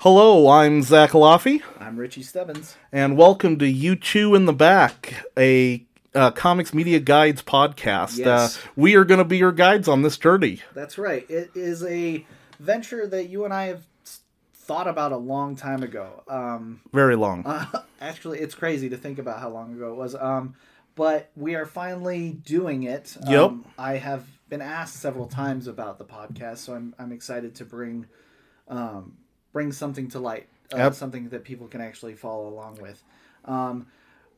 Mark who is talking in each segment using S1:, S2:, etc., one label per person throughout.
S1: Hello, I'm Zach Laffey,
S2: I'm Richie Stebbins.
S1: and welcome to You Two in the Back, a uh, comics media guides podcast.
S2: Yes.
S1: Uh, we are going to be your guides on this journey.
S2: That's right. It is a venture that you and I have s- thought about a long time ago. Um,
S1: Very long.
S2: uh, actually, it's crazy to think about how long ago it was. Um, but we are finally doing it.
S1: Yep.
S2: Um, I have been asked several times about the podcast, so I'm I'm excited to bring um, bring something to light, uh,
S1: Yep.
S2: something that people can actually follow along with. Um,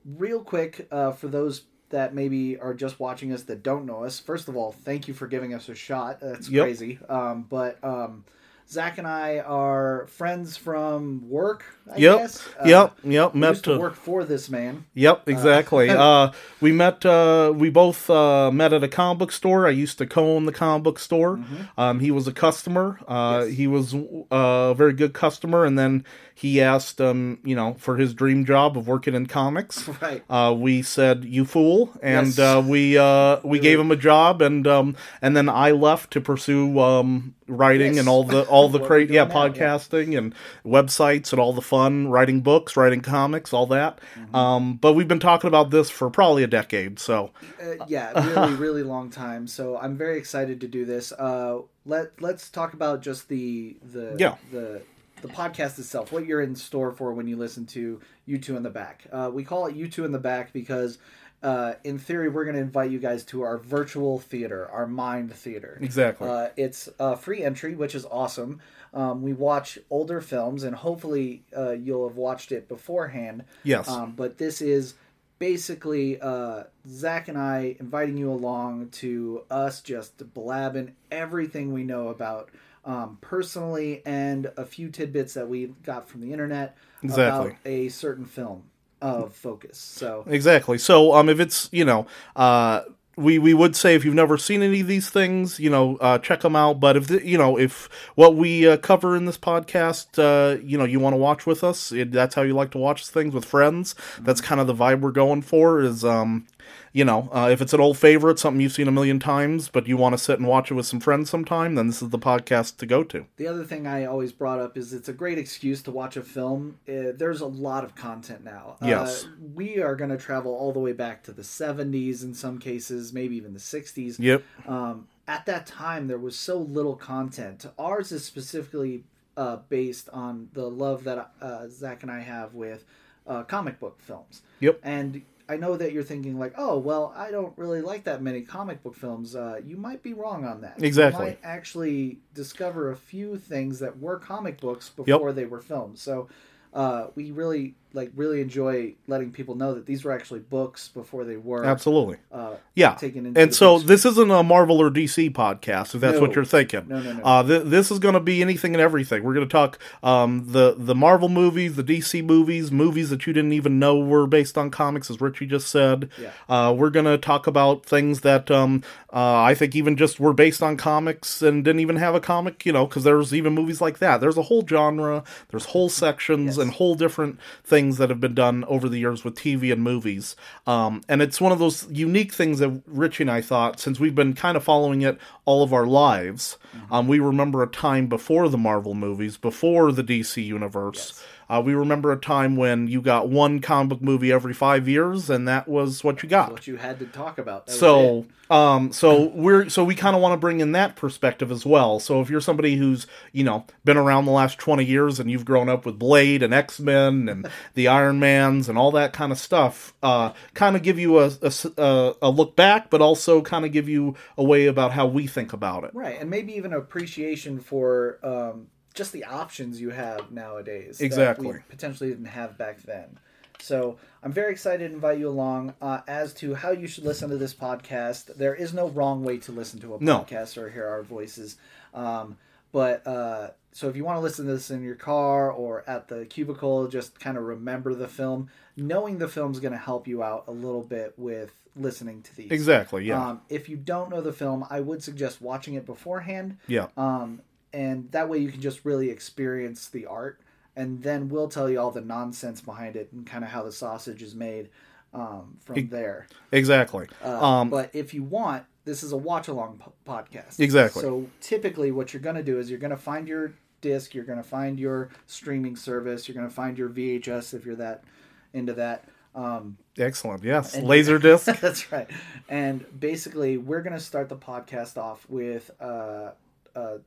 S2: real quick, uh, for those that maybe are just watching us that don't know us, first of all, thank you for giving us a shot. That's
S1: Yep.
S2: crazy. Um, but um, Zach and I are friends from work. I
S1: yep.
S2: guess. Uh,
S1: yep. Yep.
S2: we
S1: Met
S2: used to
S1: uh,
S2: work for this man.
S1: Yep, exactly. Uh, we met. Uh, we both uh, met at a comic book store. I used to co-own the comic book store. Um, he was a customer. Uh,
S2: Mm-hmm. Yes.
S1: He was uh, a very good customer, and then he asked, um, you know, for his dream job of working in comics.
S2: Right.
S1: Uh, we said, "You fool," and
S2: Yes.
S1: uh, we uh, we gave him a job, and um, and then I left to pursue um, writing
S2: Yes.
S1: and all the all the
S2: What
S1: cra-
S2: we're doing
S1: yeah
S2: now, yeah.
S1: podcasting and websites and all the fun writing books, writing comics, all that.
S2: Mm-hmm.
S1: Um, but we've been talking about this for probably a decade, so
S2: Uh, yeah, really, really long time. So I'm very excited to do this. Uh, let Let's talk about just the the
S1: Yeah.
S2: the the podcast itself. What you're in store for when you listen to you two in the back. Uh, we call it you two in the back because. Uh, in theory, we're going to invite you guys to our virtual theater, our mind theater.
S1: Exactly.
S2: Uh, it's uh, free entry, which is awesome. Um, we watch older films, and hopefully, uh, you'll have watched it beforehand.
S1: Yes.
S2: Um, but this is basically uh, Zach and I inviting you along to us just blabbing everything we know about um, personally and a few tidbits that we got from the internet
S1: Exactly.
S2: about a certain film of focus. So
S1: Exactly. So, um, if it's you know, uh, we we would say if you've never seen any of these things, you know, uh, check them out. But if the, you know if what we uh, cover in this podcast, uh, you know, you want to watch with us, it, that's how you like to watch things with friends. That's kind of the vibe we're going for. Is um, you know, uh, if it's an old favorite, something you've seen a million times, but you want to sit and watch it with some friends sometime, then this is the podcast to go to.
S2: The other thing I always brought up is it's a great excuse to watch a film. Uh, there's a lot of content now.
S1: Yes.
S2: Uh, we are going to travel all the way back to the 70s in some cases, maybe even the 60s.
S1: Yep.
S2: Um, at that time, there was so little content. Ours is specifically uh, based on the love that uh, Zach and I have with uh, comic book films.
S1: Yep.
S2: And I know that you're thinking like, oh, well, I don't really like that many comic book films. Uh, you might be wrong on that.
S1: Exactly.
S2: You might actually discover a few things that were comic books before they were films. So uh, we really like really enjoy letting people know that these were actually books before they were
S1: Absolutely.
S2: uh,
S1: Yeah.
S2: taken into.
S1: And
S2: the
S1: so
S2: books.
S1: this isn't a Marvel or DC podcast, if that's
S2: No.
S1: what you're thinking.
S2: No, no, no.
S1: Uh, th- this is going to be anything and everything. We're going to talk um, the the Marvel movies, the DC movies, movies that you didn't even know were based on comics, as Richie just said.
S2: Yeah.
S1: Uh, we're going to talk about things that um, uh, I think even just were based on comics and didn't even have a comic, you know, because there's even movies like that. There's a whole genre, there's whole sections and whole different things that have been done over the years with TV and movies. Um, and it's one of those unique things that Richie and I thought, since we've been kind of following it all of our lives, um, we remember a time before the Marvel movies, before the DC universe. Uh, we remember a time when you got one comic book movie every five years, and that was what you got.
S2: what you had to talk about. That was it.
S1: So, um, so we're so we kind of want to bring in that perspective as well. So if you're somebody who's you know been around the last twenty years and you've grown up with Blade and X Men and the Iron Mans and all that kind of stuff, uh, kind of give you a, a s- a- a look back, but also kind of give you a way about how we think about it.
S2: right, and maybe even appreciation for um, just the options you have nowadays. that
S1: Exactly.
S2: we potentially didn't have back then. So I'm very excited to invite you along uh, as to how you should listen to this podcast. There is no wrong way to listen to a
S1: No.
S2: podcast or hear our voices. Um, but uh, so if you want to listen to this in your car or at the cubicle, just kind of remember the film. Knowing the film's going to help you out a little bit with listening to these.
S1: Exactly. Yeah.
S2: Um, if you don't know the film, I would suggest watching it beforehand.
S1: yeah.
S2: Um, and that way you can just really experience the art. And then we'll tell you all the nonsense behind it and kind of how the sausage is made um, from there.
S1: Exactly.
S2: Uh,
S1: um,
S2: but if you want, this is a watch along po- podcast.
S1: Exactly.
S2: So typically, what you're going to do is you're going to find your disc. You're going to find your streaming service. You're going to find your VHS if you're that into that. Um,
S1: Excellent. Yes.
S2: And-
S1: Laserdisc.
S2: That's right. And basically, we're going to start the podcast off with uh, uh,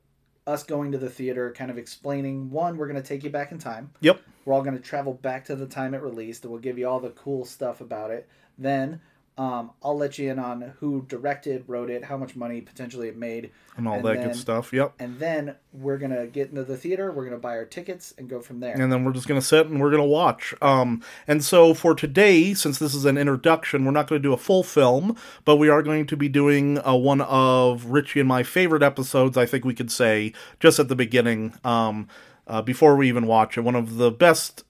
S2: us going to the theater, kind of explaining one, we're going to take you back in time.
S1: Yep.
S2: We're all going to travel back to the time it released, and we'll give you all the cool stuff about it. Then um, I'll let you in on who directed, wrote it, how much money potentially it made.
S1: And all
S2: And
S1: that
S2: then-
S1: good stuff. Yep.
S2: And then we're going to get into the theater, we're going to buy our tickets, and go from there.
S1: and then we're just going to sit and we're going to watch. Um, and so for today, since this is an introduction, we're not going to do a full film, but we are going to be doing uh, one of Richie and my favorite episodes. I think we could say just at the beginning, um, uh, before we even watch it, one of the best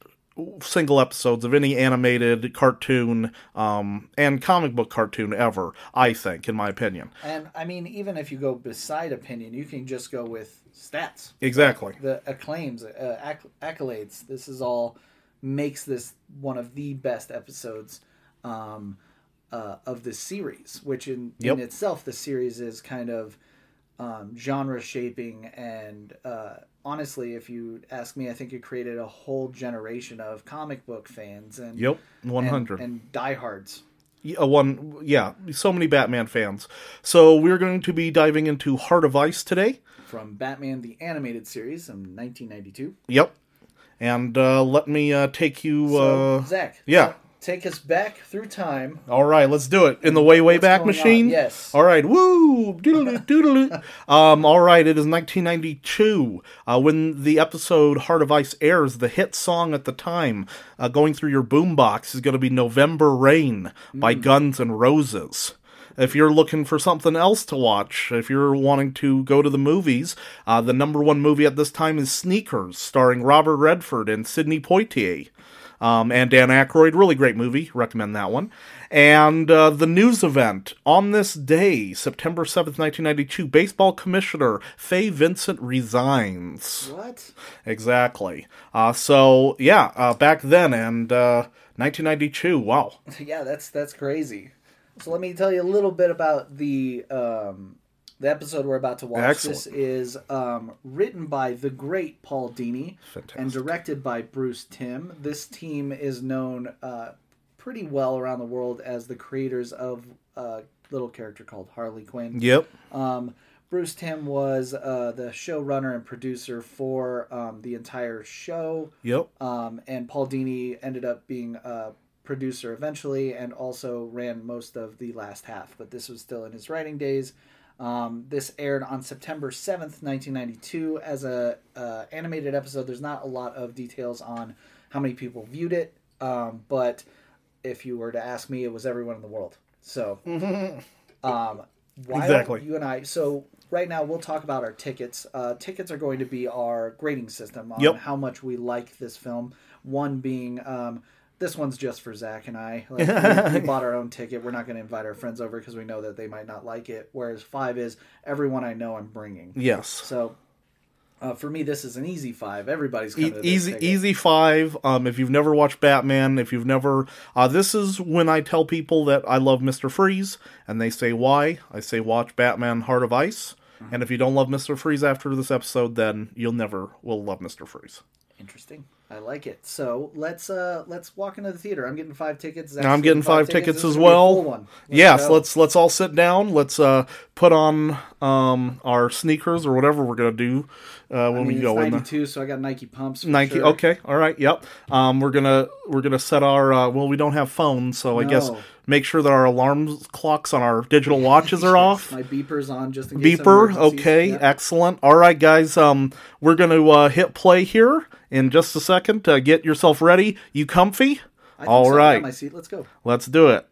S1: single episodes of any animated cartoon um, and comic book cartoon ever. I think, in my opinion,
S2: And I mean, even if you go beside opinion, you can just go with stats.
S1: exactly.
S2: the acclaims, uh, acc- accolades. This is all makes this one of the best episodes um, uh, of the series, which in,
S1: Yep.
S2: in itself, the series is kind of um, genre shaping. And uh, honestly, if you ask me, I think it created a whole generation of comic book fans and
S1: Yep, one
S2: and-
S1: hundred.
S2: and diehards.
S1: a one yeah so many batman fans so we're going to be diving into heart of ice today
S2: From Batman the Animated Series in 1992.
S1: yep and uh, let me uh, take you
S2: So,
S1: uh,
S2: Zach,
S1: yeah.
S2: take us back through time
S1: all right let's do it in the way way back
S2: going on?
S1: machine
S2: Yes.
S1: all right woo doodle doodle um all right it is 1992 uh, when the episode heart of ice airs the hit song at the time uh, going through your boombox is going to be november rain by
S2: Hmm.
S1: guns and roses If you're looking for something else to watch, if you're wanting to go to the movies, uh, the number one movie at this time is Sneakers, starring Robert Redford and Sidney Poitier. Um, and Dan Aykroyd, really great movie. Recommend that one. And uh, the news event on this day, September 7th, 1992, baseball commissioner Fay Vincent resigns.
S2: What?
S1: Exactly. Uh, so, yeah, uh, back then and uh, 1992. Wow.
S2: Yeah, that's that's crazy. So let me tell you a little bit about the um, the episode we're about to watch. This
S1: Excellent.
S2: is um, written by the great Paul Dini and
S1: Fantastic.
S2: directed by Bruce Tim. This team is known uh, pretty well around the world as the creators of uh, a little character called Harley Quinn.
S1: Yep.
S2: Um, Bruce Tim was uh, the showrunner and producer for um, the entire show
S1: Yep.
S2: um, and Paul Dini ended up being a producer eventually, and also ran most of the last half. But this was still in his writing days. Um, this aired on September seventh, nineteen ninety two, as a uh, animated episode. There's not a lot of details on how many people viewed it, um, but if you were to ask me, it was everyone in the world. So, um, why
S1: Exactly.
S2: don't you and I. So right now we'll talk about our tickets. Uh, tickets are going to be our grading system on
S1: Yep.
S2: how much we like this film. One being um, this one's just for Zach and I. Like, we, we bought our own ticket. We're not going to invite our friends over because we know that they might not like it. Whereas five is everyone I know I'm bringing.
S1: Yes.
S2: So. Uh, for me, this is an easy five. Everybody's
S1: E-
S2: coming to this
S1: easy
S2: ticket.
S1: easy five um if you've never watched batman if you've never uh this is when i tell people that i love mr freeze and they say why i say watch batman heart of ice and if you don't love mr freeze after this episode then you'll never will love mr freeze
S2: Interesting. I like it. So let's uh let's walk into the theater. I'm getting five tickets. Zach's
S1: I'm getting five tickets
S2: This
S1: as
S2: is gonna be a
S1: well.
S2: full one. Let's
S1: yes
S2: go.
S1: let's let's all sit down let's uh put on um our sneakers or whatever we're gonna do uh when
S2: I mean,
S1: we
S2: it's
S1: go in there.
S2: 92, so I got Nike pumps. for
S1: Nike.
S2: sure.
S1: Okay. All right. Yep. Um, we're gonna we're gonna set our uh, well. We don't have phones, so I guess
S2: No.
S1: make sure that our alarm clocks on our digital watches are off.
S2: My beeper's on just in case. of
S1: Beeper.
S2: emergencies.
S1: Okay.
S2: Yeah.
S1: Excellent. All right, guys. Um, we're gonna uh, hit play here in just a second. Uh, get yourself ready. You comfy?
S2: I think
S1: All
S2: so. I got
S1: right.
S2: My seat. Let's go.
S1: Let's do it.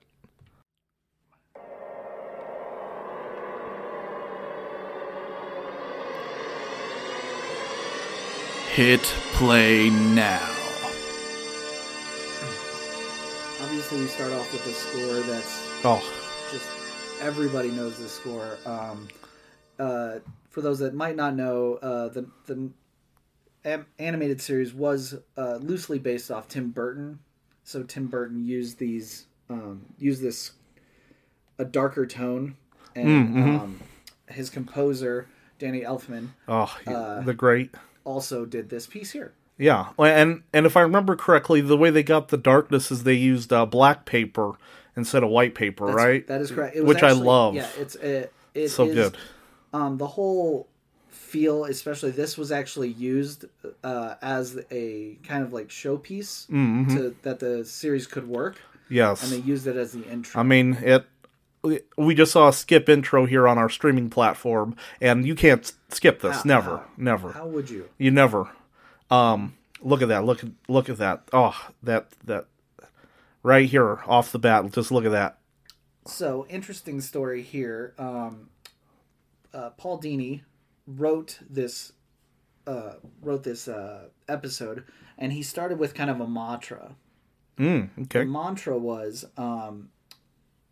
S3: Hit play now.
S2: Obviously, we start off with a score that's
S1: Oh,
S2: just everybody knows this score. Um, uh, for those that might not know, uh, the the am- animated series was uh, loosely based off Tim Burton. So Tim Burton used these um, used this a darker tone,
S1: Mm, mm-hmm.
S2: and um, his composer Danny Elfman
S1: oh, the great.
S2: also did this piece here.
S1: Yeah, and and if I remember correctly, the way they got the darkness is they used uh, black paper instead of white paper,
S2: That's-
S1: right?
S2: That is correct. It
S1: Which I love.
S2: Yeah, it's it, it
S1: so
S2: is-
S1: good.
S2: Um, the whole feel, especially this, was actually used uh, as a kind of like showpiece
S1: Mm-hmm.
S2: to, that the series could work,
S1: Yes.
S2: and they used it as the intro.
S1: I mean, it. We just saw a skip intro here on our streaming platform, and you can't s- skip this.
S2: How-
S1: never,
S2: how-
S1: never.
S2: Uh, How would you?
S1: You never. Um, look at that. Look at look at that. Oh, that that right here off the bat. Just look at that.
S2: So interesting story here. Um, uh, Paul Dini wrote this uh, wrote this uh, episode, and he started with kind of a mantra.
S1: Mm,
S2: The
S1: okay.
S2: mantra was um,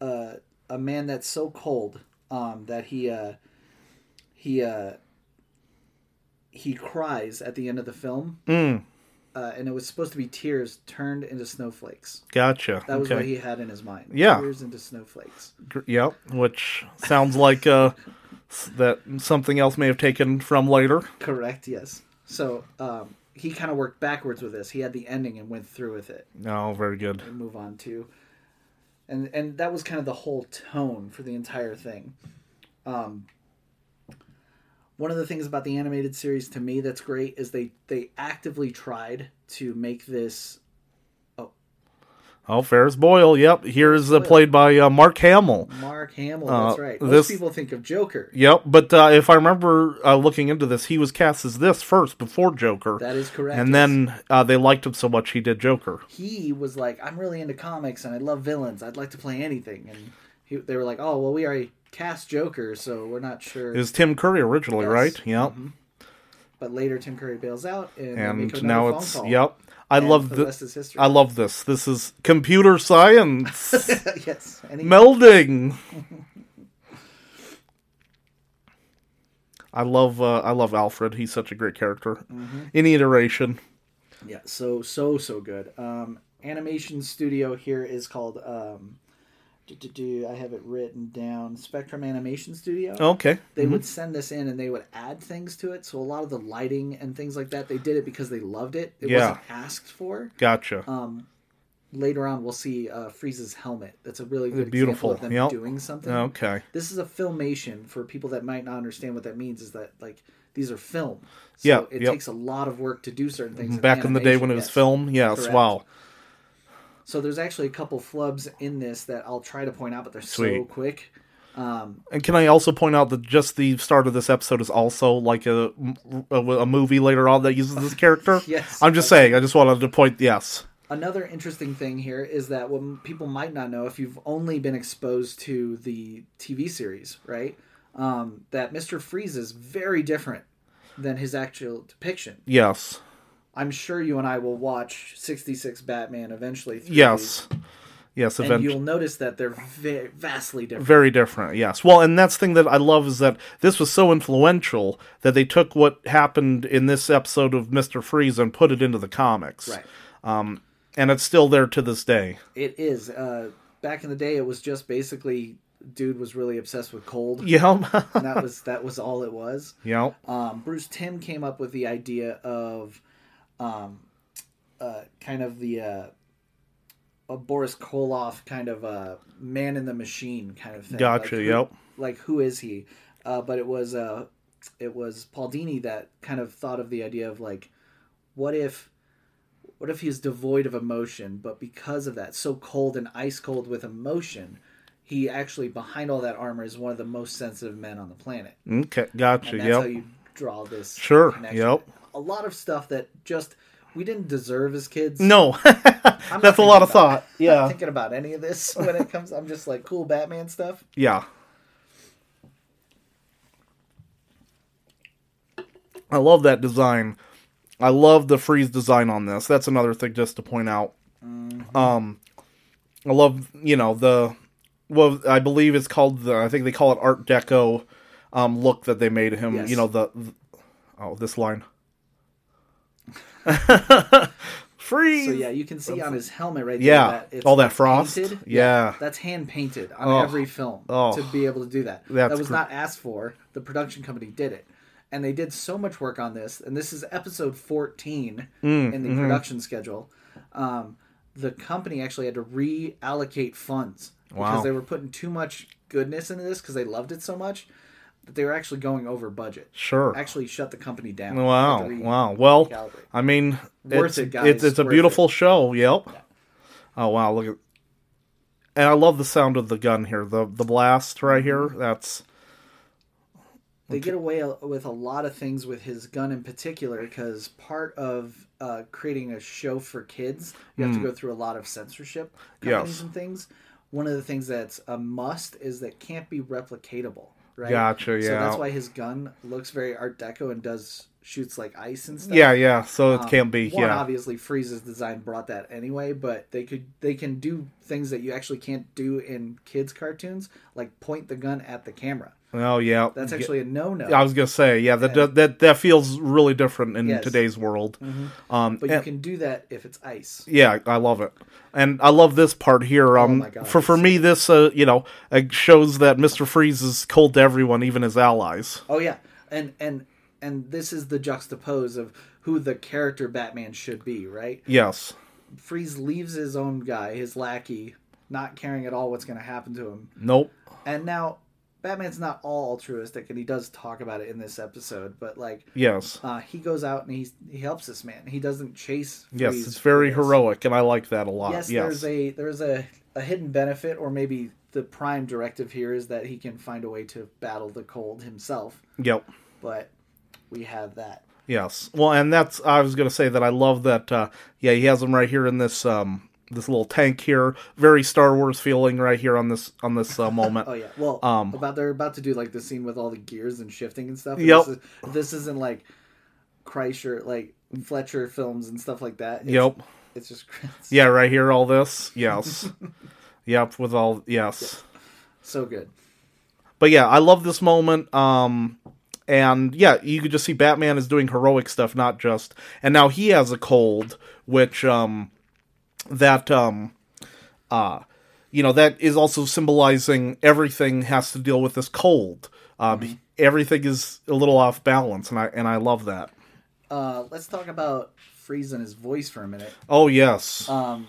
S2: uh, a man that's so cold um, that he uh, he uh, he cries at the end of the film,
S1: Mm,
S2: uh, and it was supposed to be tears turned into snowflakes.
S1: gotcha.
S2: That was
S1: okay.
S2: what he had in his mind.
S1: Yeah.
S2: tears into snowflakes.
S1: Gr- Yep, which sounds like uh, s- that something else may have taken from later.
S2: Correct. Yes. So um, he kind of worked backwards with this. He had the ending and went through with it.
S1: No, Oh, very good.
S2: And move on to, and and that was kind of the whole tone for the entire thing. Um, one of the things about the animated series to me that's great is they they actively tried to make this.
S1: Oh, Ferris Boyle. Yep, here's uh, played by uh, Mark Hamill.
S2: Mark Hamill.
S1: Uh,
S2: that's right. Most
S1: this-
S2: people think of Joker.
S1: Yep, but uh, if I remember uh, looking into this, he was cast as this first before Joker,
S2: That is correct.
S1: and
S2: yes.
S1: then uh, they liked him so much he did Joker.
S2: he was like, I'm really into comics and I love villains. I'd like to play anything. And he, they were like, oh, well, we already cast Joker, so we're not sure.
S1: It was Tim Curry originally,
S2: Yes. Mm-hmm.
S1: right? Yep,
S2: but later, Tim Curry bails out and, they make
S1: and
S2: another
S1: now
S2: phone
S1: it's
S2: call.
S1: yep. I
S2: And
S1: love
S2: the
S1: this.
S2: rest is history.
S1: I love this. This is computer science
S2: yes. And he,
S1: melding. I love uh, I love Alfred. He's such a great character.
S2: Mm-hmm.
S1: Any iteration.
S2: yeah, so, so, so good. Um, animation studio here is called, um, do, do, do, I have it written down, Spectrum Animation Studio.
S1: Okay.
S2: They would send this in and they would add things to it. So a lot of the lighting and things like that, they did it because they loved it. It
S1: Yeah.
S2: wasn't asked for.
S1: Gotcha.
S2: um, later on we'll see uh, Frieza's helmet. That's a really good
S1: Beautiful,
S2: example of them
S1: yep.
S2: doing something.
S1: okay.
S2: This is a filmation for people that might not understand what that means. Is that like these are film? So
S1: Yeah,
S2: it
S1: yep.
S2: takes a lot of work to do certain things.
S1: Back in the day when it
S2: animation,
S1: was
S2: yes.
S1: film. Yes.
S2: Correct.
S1: Wow.
S2: So there's actually a couple flubs in this that I'll try to point out, but they're so
S1: Sweet.
S2: quick. Um,
S1: And can I also point out that just the start of this episode is also like a, a, a movie later on that uses this character?
S2: Yes.
S1: I'm just saying. I just wanted to point. Yes.
S2: another interesting thing here is that what m- people might not know if you've only been exposed to the TV series, right? Um, that Mr. Freeze is very different than his actual depiction.
S1: Yes.
S2: I'm sure you and I will watch 66 Batman eventually. through these,
S1: Yes. Yes.
S2: And
S1: Eventually.
S2: you'll notice that they're va- vastly different.
S1: Very different, yes. Well, and that's the thing that I love is that this was so influential that they took what happened in this episode of Mister Freeze and put it into the comics,
S2: Right.
S1: Um, and it's still there to this day.
S2: It is. Uh, back in the day, it was just basically dude was really obsessed with cold.
S1: Yeah,
S2: And that was that was all it was.
S1: yeah,
S2: um, Bruce Tim came up with the idea of um, uh, kind of the uh, a Boris Koloff kind of uh, man in the machine kind of thing.
S1: Gotcha,
S2: Like, who-
S1: yep.
S2: Like who is he? Uh, but it was uh, it was Paul Dini that kind of thought of the idea of like, what if. What if he is devoid of emotion, but because of that, so cold and ice cold with emotion, he actually behind all that armor is one of the most sensitive men on the planet.
S1: okay, gotcha,
S2: And that's how
S1: yep,
S2: you draw this.
S1: Sure,
S2: Connection.
S1: yep.
S2: A lot of stuff that just we didn't deserve as kids.
S1: no,
S2: I'm not
S1: that's a lot of
S2: thinking about-
S1: thought,
S2: I'm not
S1: yeah,
S2: thinking about any of this when it comes. I'm just like cool Batman stuff.
S1: yeah. I love that design. I love the freeze design on this. That's another thing just to point out.
S2: Mm-hmm.
S1: Um, I love you know the well I believe it's called the I think they call it Art Deco um look that they made him.
S2: Yes.
S1: You know the, th- oh this line. freeze.
S2: So yeah, you can see on his helmet right there.
S1: Yeah,
S2: that it's
S1: all that frost.
S2: painted.
S1: Yeah.
S2: that's hand painted on
S1: Oh.
S2: every film
S1: Oh.
S2: to be able to do that.
S1: That's
S2: that was
S1: cr-
S2: not asked for. The production company did it, and they did so much work on this. And this is episode 14
S1: Mm,
S2: in
S1: mm-hmm.
S2: the production schedule. Um, the company actually had to reallocate funds
S1: Wow.
S2: because they were putting too much goodness into this because they loved it so much that they were actually going over budget.
S1: Sure.
S2: Actually, shut the company down.
S1: Wow.
S2: Had to re-
S1: Wow. Well,
S2: recalibrate.
S1: I mean,
S2: Worth
S1: it's,
S2: it, guys.
S1: it's it's a
S2: Worth
S1: beautiful show. Yep. Oh wow! Look at, and I love the sound of the gun here. The the blast right here.
S2: Mm-hmm.
S1: That's
S2: they get away a- with a lot of things with his gun in particular because part of uh, creating a show for kids you have to go through a lot of censorship companies
S1: Hmm. Yes.
S2: and things one of the things that's a must is that can't be replicatable right
S1: Gotcha,
S2: so
S1: yeah.
S2: that's why his gun looks very art deco and does shoots like ice and stuff
S1: yeah, yeah. So it can be
S2: uh, one
S1: yeah.
S2: obviously Frieza's design brought that anyway, but they could they can do things that you actually can't do in kids cartoons, like point the gun at the camera.
S1: Oh yeah.
S2: That's
S1: Yeah.
S2: actually a no no.
S1: I was gonna say yeah. That that that, that feels really different in
S2: Yes. Mm-hmm.
S1: today's world. Um, and-
S2: But you can do that if it's ice.
S1: yeah, I love it, and I love this part here. Um,
S2: Oh my God,
S1: for for me, this uh, you know, uh, shows that Mister Freeze is cold to everyone, even his allies.
S2: Oh yeah, and and and this is the juxtapose of who the character Batman should be, right?
S1: Yes.
S2: Freeze leaves his own guy, his lackey, not caring at all what's going to happen to him.
S1: Nope.
S2: And now Batman's not all altruistic, and he does talk about it in this episode. But like,
S1: Yes.
S2: uh, he goes out and he he helps this man. He doesn't chase.
S1: Yes,
S2: Freeze
S1: it's very
S2: for this.
S1: heroic, and I like that a lot.
S2: Yes,
S1: Yes,
S2: there's a there's a a hidden benefit, or maybe the prime directive here is that he can find a way to battle the cold himself.
S1: yep,
S2: but we have that.
S1: yes. Well, and that's I was gonna say that I love that. Uh, yeah, he has him right here in this um this little tank here, very Star Wars feeling right here on this on this uh, moment.
S2: Oh yeah. Well,
S1: Um,
S2: about they're about to do like the scene with all the gears and shifting and stuff. and
S1: Yep.
S2: This, is, this isn't like Kreischer, like Fletcher films and stuff like that. It's,
S1: Yep.
S2: It's just it's
S1: Yeah, right here, all this. Yes. yep, with all yes.
S2: so good.
S1: but yeah, I love this moment. Um, and yeah, you could just see Batman is doing heroic stuff, not just. And now he has a cold, which um, that um, uh, you know that is also symbolizing everything has to deal with this cold. Um, everything is a little off balance, and I and I love that.
S2: Uh, let's talk about Freeze and his voice for a minute.
S1: Oh yes,
S2: Um,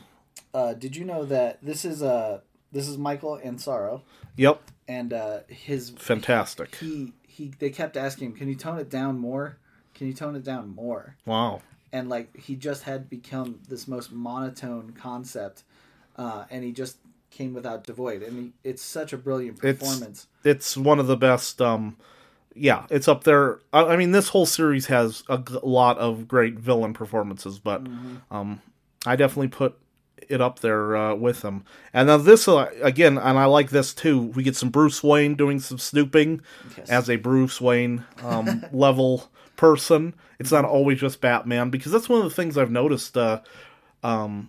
S2: uh, did you know that this is uh, this is Michael Ansaro
S1: yep,
S2: and uh, his
S1: fantastic.
S2: he he they kept asking him, can you tone it down more? Can you tone it down more?
S1: Wow,
S2: and like he just had become this most monotone concept, uh, and he just came without devoid, and he, it's such a brilliant
S1: It's-
S2: performance.
S1: it's one of the best. Um, yeah, it's up there. I, I mean, this whole series has a g- lot of great villain performances, but um, I definitely put it up there uh, with them. And now this uh, again, and I like this too. We get some Bruce Wayne doing some snooping
S2: Yes.
S1: as a Bruce Wayne um, level person. It's not always just Batman because that's one of the things I've noticed. Uh, um,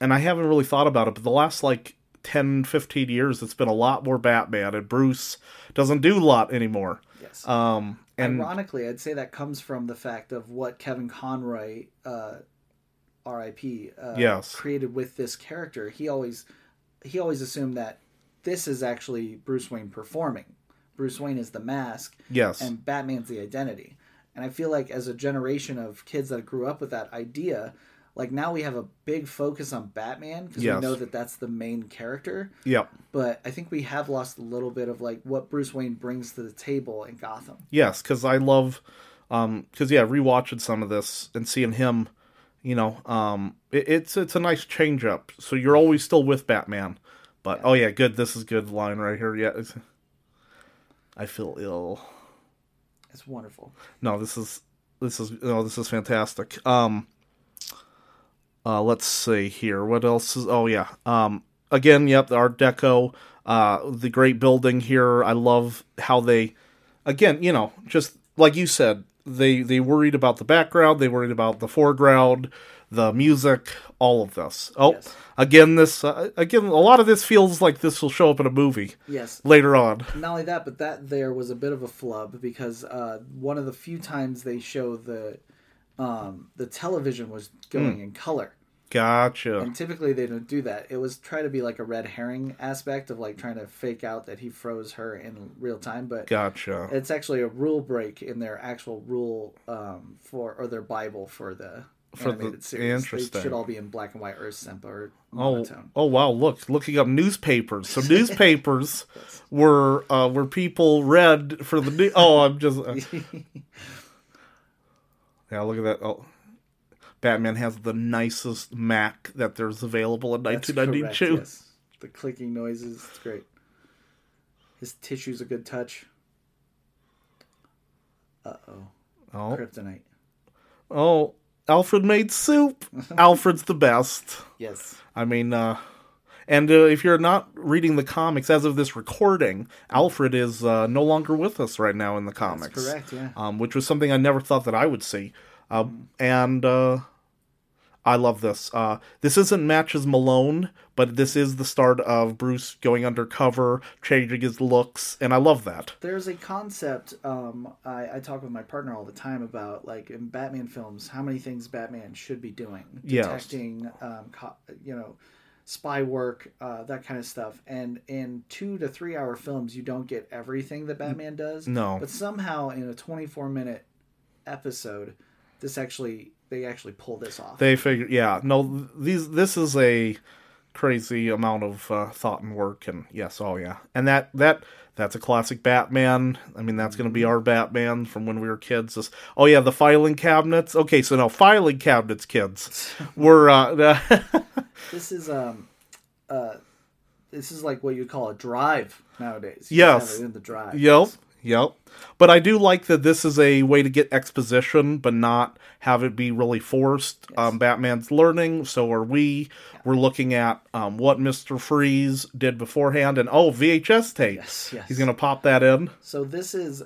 S1: and I haven't really thought about it, but the last like 10, 15 years, it's been a lot more Batman, and Bruce doesn't do a lot anymore.
S2: yes.
S1: Um, and
S2: Ironically, I'd say that comes from the fact of what Kevin Conroy, uh, R.I.P. Uh,
S1: Yes.
S2: created with this character. He always he always assumed that this is actually Bruce Wayne performing. Bruce Wayne is the mask,
S1: yes,
S2: and Batman's the identity. And I feel like as a generation of kids that grew up with that idea, like now we have a big focus on Batman because
S1: Yes.
S2: we know that that's the main character.
S1: yep,
S2: But I think we have lost a little bit of like what Bruce Wayne brings to the table in Gotham.
S1: yes, because I love, um, because yeah, rewatching some of this and seeing him, you know, um, it, it's it's a nice change up. So you're always still with Batman, but oh yeah, good. This is good line right here. Yeah, it's- I feel ill.
S2: It's wonderful.
S1: No, this is this is no, this is fantastic. Um, uh, let's see here. What else is? Oh yeah. Um, again, yep, the Art Deco, uh, the great building here. I love how they, again, you know, just like you said, they they worried about the background, they worried about the foreground, the music, all of this. Oh,
S2: Yes.
S1: again, this uh, again, a lot of this feels like this will show up in a movie
S2: Yes.
S1: later on.
S2: Not only that, but that there was a bit of a flub because uh, one of the few times they show the um, the television was going in color.
S1: Gotcha.
S2: And typically they don't do that. It was try to be like a red herring aspect of like trying to fake out that he froze her in real time, but
S1: Gotcha.
S2: it's actually a rule break in their actual rule um, for or their Bible for the
S1: For the-
S2: animated series. They
S1: interesting.
S2: should all be in black and white or semper or
S1: Oh,
S2: monotone.
S1: oh wow! Look, looking up newspapers. So newspapers were uh, were people read for the new. Oh, I'm just uh, yeah. Look at that. Oh, Batman has the nicest Mac that there's available in
S2: That's
S1: 1992.
S2: correct, yes. The clicking noises, it's great. His tissue's a good touch. Uh oh,
S1: Oh,
S2: kryptonite.
S1: oh, Alfred made soup. Alfred's the best.
S2: Yes,
S1: I mean, uh, and uh, if you're not reading the comics as of this recording, Alfred is uh, no longer with us right now in the comics.
S2: that's correct. Yeah,
S1: um, which was something I never thought that I would see. Uh, And uh, I love this. Uh, this isn't matches Malone, but this is the start of Bruce going undercover, changing his looks, and I love that.
S2: there's a concept um, I, I talk with my partner all the time about, like in Batman films, how many things Batman should be doing,
S1: Yes.
S2: detecting, um, co- you know, spy work, uh, that kind of stuff. And in two to three hour films, you don't get everything that Batman does.
S1: No.
S2: but somehow in a 24 minute episode, this actually they actually pull this off.
S1: They figure, yeah, no, these this is a crazy amount of uh, thought and work, and yes, oh yeah, and that that that's a classic Batman. I mean, that's going to be our Batman from when we were kids. Just, oh yeah, the filing cabinets. Okay, so now filing cabinets, kids, were uh,
S2: this is um, uh, this is like what you'd call a drive nowadays. You
S1: Yes.
S2: have it in the drive.
S1: Yep. Yep. But I do like that this is a way to get exposition, but not have it be really forced. Um, Batman's learning, so are we. We're looking at um, what Mister Freeze did beforehand, and oh, VHS tape.
S2: Yes, yes.
S1: He's gonna pop that in.
S2: So this is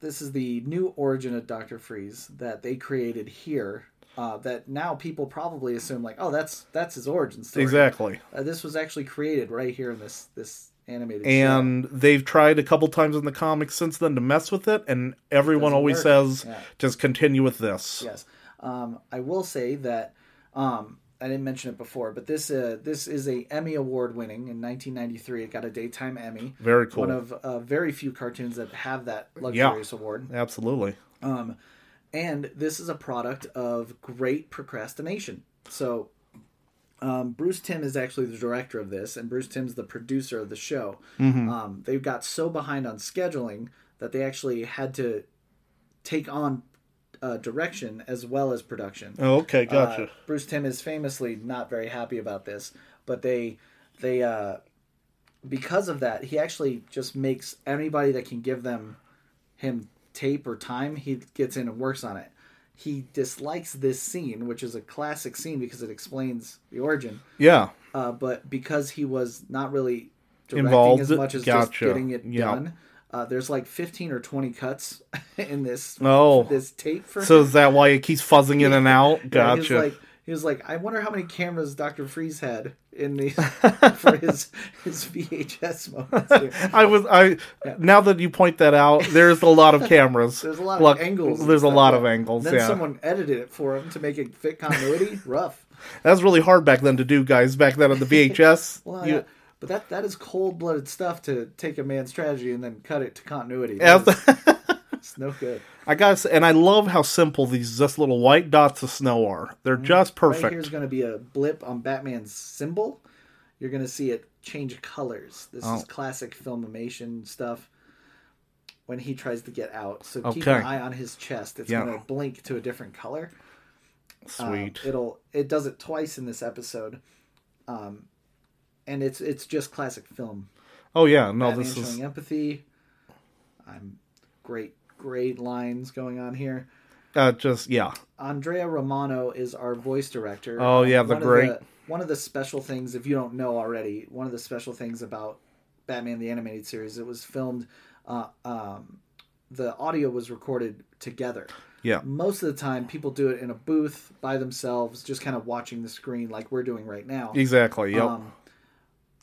S2: this is the new origin of Doctor Freeze that they created here. Uh, that now people probably assume like, oh, that's that's his origin story.
S1: Exactly.
S2: Uh, this was actually created right here in this this animated. show.
S1: And they've tried a couple times in the comics since then to mess with it, and everyone
S2: Doesn't
S1: always
S2: work.
S1: says,
S2: Yeah.
S1: "Just continue with this."
S2: Yes. Um, I will say that um, I didn't mention it before, but this uh, this is a Emmy award winning in 1993. It got a daytime Emmy.
S1: Very cool.
S2: One of uh, very few cartoons that have that
S1: Yeah.
S2: luxurious award.
S1: Absolutely.
S2: Um, and this is a product of great procrastination. So, um, Bruce Tim is actually the director of this, and Bruce Tim's the producer of the show. Um, they got so behind on scheduling that they actually had to take on uh, direction as well as production.
S1: Oh, okay, gotcha.
S2: Uh, Bruce Tim is famously not very happy about this, but they they uh, because of that he actually just makes anybody that can give them him tape or time he gets in and works on it. He dislikes this scene, which is a classic scene because it explains the origin.
S1: yeah.
S2: Uh, but because he was not really directing
S1: Involved,
S2: as much as just
S1: gotcha.
S2: getting it
S1: Yeah.
S2: done, uh, there's like 15 or 20 cuts in this
S1: Oh.
S2: this tape for
S1: So
S2: him.
S1: is that why it keeps fuzzing in and out?
S2: Yeah,
S1: Gotcha.
S2: He was like, he was like, I wonder how many cameras Doctor Freeze had in the for his his VHS moments. Here.
S1: I was I now that you point that out, there's a lot of cameras.
S2: There's a lot of angles and
S1: There's a
S2: stuff,
S1: lot
S2: yeah.
S1: of angles.
S2: Then
S1: Yeah,
S2: someone edited it for him to make it fit continuity. Rough.
S1: that was really hard back then to do, guys. Back then on the VHS,
S2: Well,
S1: you-
S2: yeah. But that that is cold blooded stuff to take a man's tragedy and then cut it to continuity.
S1: Yes.
S2: That is- it's no good.
S1: I got to and I love how simple these just little white dots of snow are. They're just
S2: Mm-hmm. Right
S1: perfect.
S2: here's going to be a blip on Batman's symbol. You're going to see it change colors. This is
S1: Oh.
S2: classic filmation stuff when he tries to get out. So keep
S1: Okay.
S2: an eye on his chest. It's
S1: Yeah.
S2: going to blink to a different color. Um,
S1: Sweet.
S2: it'll it does it twice in this episode. Um and it's it's just classic film.
S1: oh yeah, no,
S2: Batman
S1: this
S2: showing
S1: is
S2: empathy. I'm great great lines going on here.
S1: uh, just yeah.
S2: Andrea Romano is our voice director. Um,
S1: Oh, yeah, the
S2: one
S1: great-
S2: Of the, one of the special things, if you don't know already, one of the special things about Batman the Animated Series, it was filmed. Uh, um, the audio was recorded together.
S1: Yeah.
S2: Most of the time, people do it in a booth by themselves, just kind of watching the screen like we're doing right now.
S1: Exactly. Yep.
S2: Um,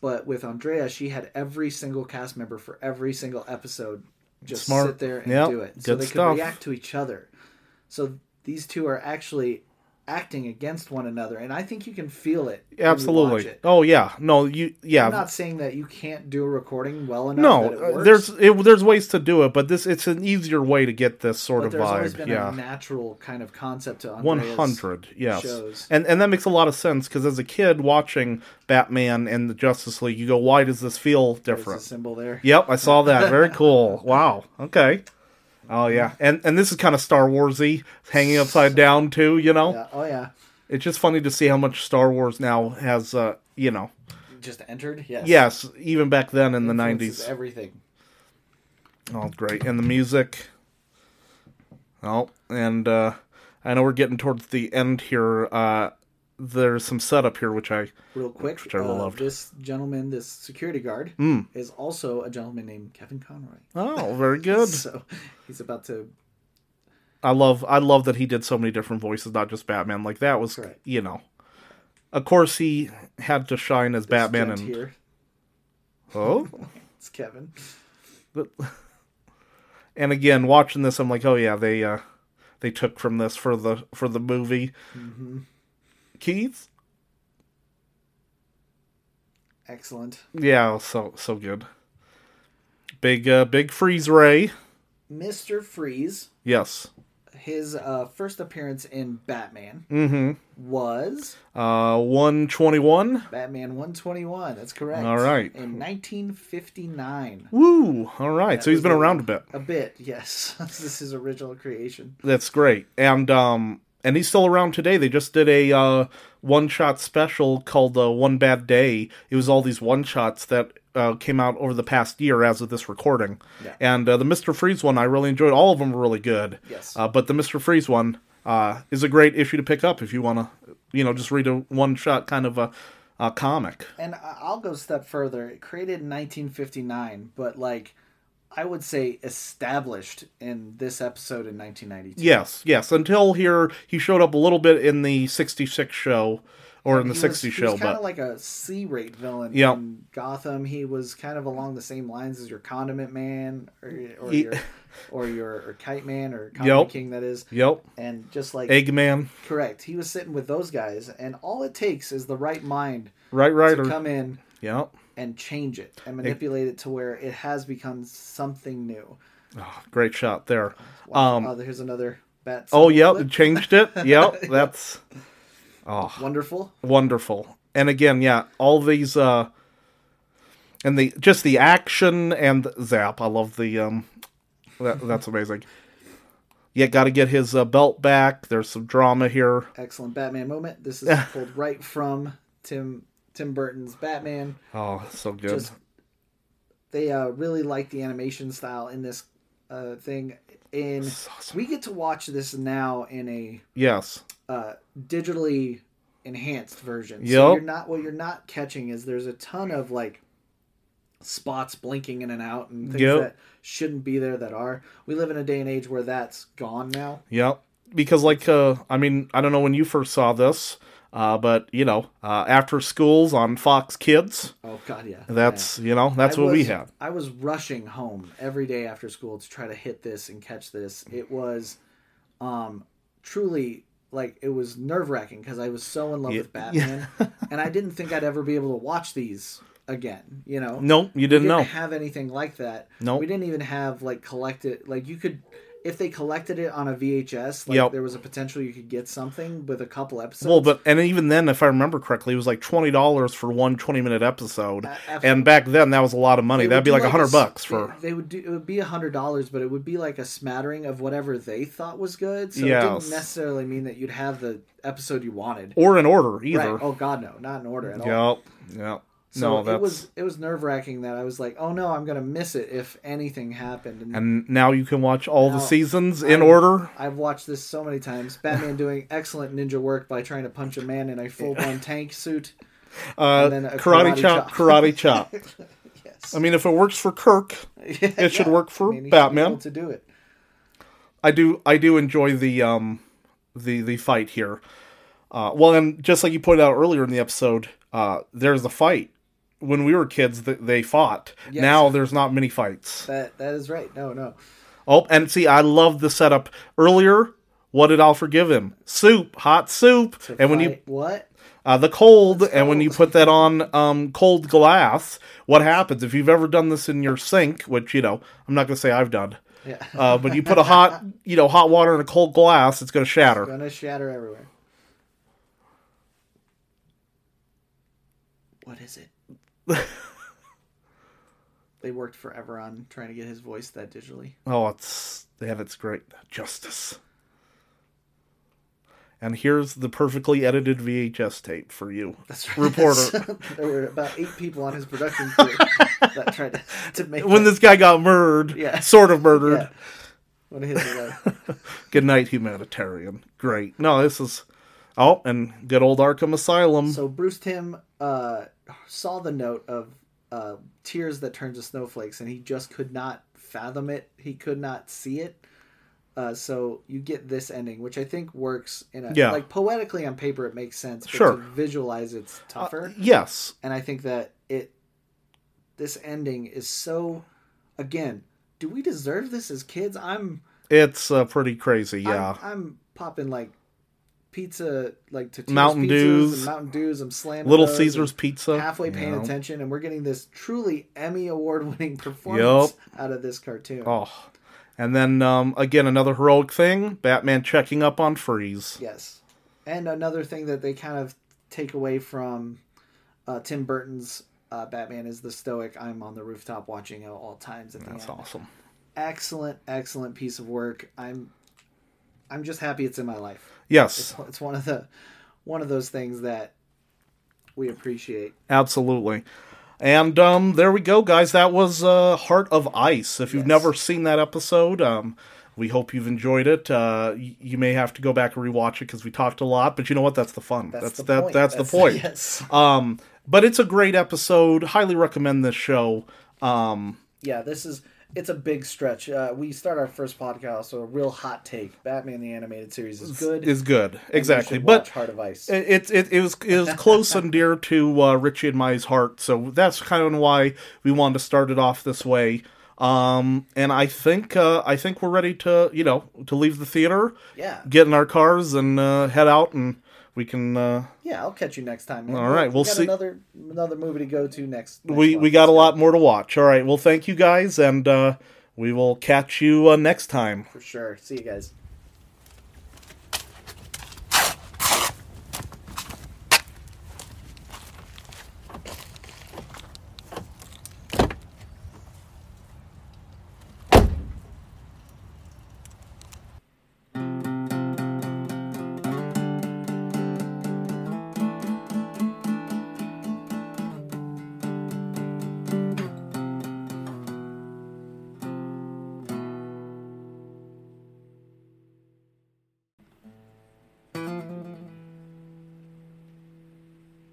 S2: but with Andrea, she had every single cast member for every single episode just
S1: Smart.
S2: sit there and
S1: Yep.
S2: do it, so
S1: Good
S2: they
S1: stuff.
S2: could react to each other. So these two are actually acting against one another, and I think you can feel it. when you watch
S1: Absolutely.
S2: it.
S1: Oh yeah. No, you yeah.
S2: I'm not saying that you can't do a recording well enough.
S1: no,
S2: that it
S1: uh,
S2: works,
S1: there's it, there's ways to do it, but this it's an easier way to get this sort
S2: but
S1: of
S2: there's always
S1: vibe.
S2: been
S1: Yeah.
S2: a natural kind of concept to Andreas.
S1: 100 yes
S2: shows.
S1: and and that makes a lot of sense because as a kid watching batman and the justice league you go why does this feel
S2: There's a
S1: different
S2: symbol there.
S1: yep i saw that very cool wow okay oh yeah and and this is kind of star warsy hanging upside down too you know
S2: Yeah, oh yeah,
S1: it's just funny to see how much star wars now has uh you know
S2: just entered. Yes.
S1: yes even back then in the
S2: Influences
S1: 90s
S2: Everything.
S1: oh great and the music oh and uh i know we're getting towards the end here uh there's some setup here which i
S2: Real quick,
S1: Which I
S2: uh,
S1: loved. Hmm.
S2: this gentleman, this security guard, is also a gentleman named Kevin Conroy.
S1: Oh, very good.
S2: So he's about to
S1: I love I love that he did so many different voices, not just Batman. Like that was
S2: Correct.
S1: you know. Of course he had to shine as Batman
S2: stunt
S1: and
S2: here.
S1: Oh.
S2: It's Kevin.
S1: and again, watching this I'm like, "Oh yeah, they uh they took from this for the for the movie." Keith?
S2: Excellent.
S1: Yeah, so so good. Big uh big freeze ray.
S2: Mister Freeze.
S1: Yes.
S2: His uh, first appearance in Batman
S1: Mhm.
S2: was
S1: Uh 121.
S2: Batman 121. That's correct.
S1: All right.
S2: In 1959.
S1: Woo. All right. so he's
S2: was
S1: been
S2: a-
S1: around a bit.
S2: A bit, yes. this is his original creation.
S1: That's great. And um and he's still around today. They just did a uh one shot special called uh, One Bad Day. It was all these one shots that uh, came out over the past year as of this recording.
S2: Yeah.
S1: And uh, the Mr. Freeze one I really enjoyed. All of them were really good.
S2: Yes.
S1: Uh, but the Mr. Freeze one uh, is a great issue to pick up if you want to, you know, just read a one shot kind of a, a comic.
S2: And I- I'll go a step further. It created in 1959, but like I would say established in this episode in 1992.
S1: Yes, yes. Until here, he showed up a little bit in the 66 show or in the
S2: He
S1: 60
S2: was,
S1: show,
S2: he was kind
S1: but
S2: of like a C-rate villain
S1: Yep.
S2: in Gotham. He was kind of along the same lines as your Condiment Man or, or
S1: He-
S2: your or your or Kite Man or Condiment
S1: Yep.
S2: King that is,
S1: yep.
S2: and just like
S1: Eggman.
S2: correct, he was sitting with those guys, and all it takes is the right mind
S1: Right,
S2: to
S1: right. or-
S2: come in
S1: Yeah.
S2: and change it and manipulate it to where it has become something new.
S1: Oh, great shot there.
S2: Wow.
S1: Um,
S2: oh, here's another bat.
S1: oh,
S2: symbol
S1: yep.
S2: clip.
S1: It changed it. Yep. That's oh,
S2: Wonderful.
S1: wonderful. And again, yeah, all these uh and the just the action and the zap. I love the um that, that's amazing. Yeah, got to get his uh, belt back. There's some drama here.
S2: Excellent Batman moment. This is pulled right from Tim Tim Burton's Batman.
S1: Oh, so good.
S2: Just they uh, really like the animation style in this uh, thing. And
S1: awesome.
S2: we get to watch this now in a
S1: yes.
S2: uh, digitally enhanced version.
S1: Yup.
S2: So you're not what you're not catching is there's a ton of like spots blinking in and out and things
S1: Yup.
S2: that shouldn't be there that are. We live in a day and age where that's gone now.
S1: Yep. Because like uh I mean, I don't know when you first saw this, uh but you know, uh after schools on Fox Kids,
S2: Oh God, yeah.
S1: that's, you know, that's
S2: I
S1: what we
S2: was-
S1: had.
S2: I was rushing home every day after school to try to hit this and catch this. It was um truly like it was nerve wracking because I was so in love with Batman and I didn't think I'd ever be able to watch these again, you know.
S1: No, you
S2: we
S1: didn't
S2: didn't
S1: know.
S2: have anything like that.
S1: Nope.
S2: We didn't even have like collected like you could if they collected it on a VHS, like
S1: Yep.
S2: there was a potential you could get something with a couple episodes.
S1: Well, but and even then, if I remember correctly, it was like twenty dollars for one 20 minute episode,
S2: absolutely.
S1: and back then that was a lot of money.
S2: It
S1: That'd
S2: would
S1: be like a hundred
S2: s-
S1: bucks for.
S2: They, they would do. It would be a hundred dollars, but it would be like a smattering of whatever they thought was good. So it
S1: Yes.
S2: didn't necessarily mean that you'd have the episode you wanted.
S1: Or in order, either.
S2: Right. Oh God, no, not in order at all.
S1: Yep. Yep.
S2: So
S1: no, that's
S2: it was it was nerve wracking that I was like, oh no, I'm gonna miss it if anything happened. And,
S1: and now you can watch all the
S2: Now,
S1: seasons in
S2: I-
S1: order.
S2: I've watched this so many times. Batman doing excellent ninja work by trying to punch a man in a full blown tank suit.
S1: Uh,
S2: then
S1: karate,
S2: a karate
S1: chop,
S2: chop.
S1: karate chop.
S2: Yes.
S1: I mean, if it works for Kirk, it should work for
S2: he should be
S1: Batman.
S2: able to do it.
S1: I do I do enjoy the um the the fight here. Uh, well, and just like you pointed out earlier in the episode, uh, there's a fight. When we were kids, th- they fought.
S2: Yes.
S1: Now there's not many fights.
S2: That that is right. No, no.
S1: Oh, and see, I love the setup earlier. What did Alfred give him? Soup, hot soup.
S2: to
S1: And when you
S2: fight what?
S1: uh, the cold,
S2: That's
S1: and when you
S2: cold.
S1: put that on um, cold glass, what happens? If you've ever done this in your sink, which you know, I'm not going to say I've done,
S2: Yeah.
S1: uh, but you put a hot, you know, hot water in a cold glass, it's going to shatter.
S2: Gonna shatter everywhere. What is it? they worked forever on trying to get his voice that digitally.
S1: Oh, it's yeah, that's great justice. And here's the perfectly edited VHS tape for you.
S2: That's right.
S1: Reporter.
S2: there were about eight people on his production crew that tried to, to make
S1: When
S2: that-
S1: this guy got murdered,
S2: Yeah.
S1: sort of murdered.
S2: yeah. When his was like,
S1: Good night, humanitarian. Great. No, this is. Oh, and good old Arkham Asylum.
S2: so Bruce Tim uh, saw the note of uh, tears that turned to snowflakes, and he just could not fathom it. He could not see it. Uh, so you get this ending, which I think works in a
S1: Yeah.
S2: like poetically on paper it makes sense. But
S1: Sure.
S2: To visualize it's tougher.
S1: Uh, yes.
S2: and I think that it this ending is so again, do we deserve this as kids? I'm
S1: It's uh, pretty crazy,
S2: I'm-
S1: yeah.
S2: I'm, popping like pizza like to
S1: Mountain Dews.
S2: Mountain Dews. I'm slamming
S1: Little
S2: those
S1: Caesars
S2: and
S1: Pizza.
S2: halfway
S1: you
S2: paying
S1: know.
S2: attention, and we're getting this truly Emmy award winning performance out of this cartoon.
S1: Oh. And then, um, again, another heroic thing Batman checking up on Freeze.
S2: Yes, and another thing that they kind of take away from uh, Tim Burton's. Uh, Batman is the stoic. I'm on the rooftop watching at all times. At the
S1: That's
S2: end.
S1: awesome.
S2: excellent excellent piece of work i'm i'm just happy it's in my life
S1: Yes,
S2: it's one of the one of those things that we appreciate
S1: absolutely. And um, there we go, guys. That was uh, Heart of Ice. If you've
S2: Yes.
S1: never seen that episode, um, we hope you've enjoyed it. Uh, y- you may have to go back and rewatch it because we talked a lot. But you know what? That's the fun. That's,
S2: the
S1: that.
S2: point.
S1: That's, the point.
S2: yes
S1: Um, but it's a great episode. Highly recommend this show. Um,
S2: yeah this is it's a big stretch uh, we start our first podcast so a real hot take batman the animated series is good
S1: is good. Exactly.
S2: You should
S1: But
S2: watch heart of ice
S1: it, it, it was it was close and dear to uh, Richie and Mai's heart, so that's kind of why we wanted to start it off this way. Um, and I think uh, I think we're ready to you know to leave the theater,
S2: yeah
S1: get in our cars, and uh, head out, and we can uh,
S2: yeah i'll catch you next time man.
S1: All right,
S2: We
S1: we'll
S2: got
S1: see.
S2: another another movie to go to next, next
S1: we
S2: month.
S1: we got a lot more to watch. All right, well, thank you guys, and uh, we will catch you uh, next time.
S2: for sure see you guys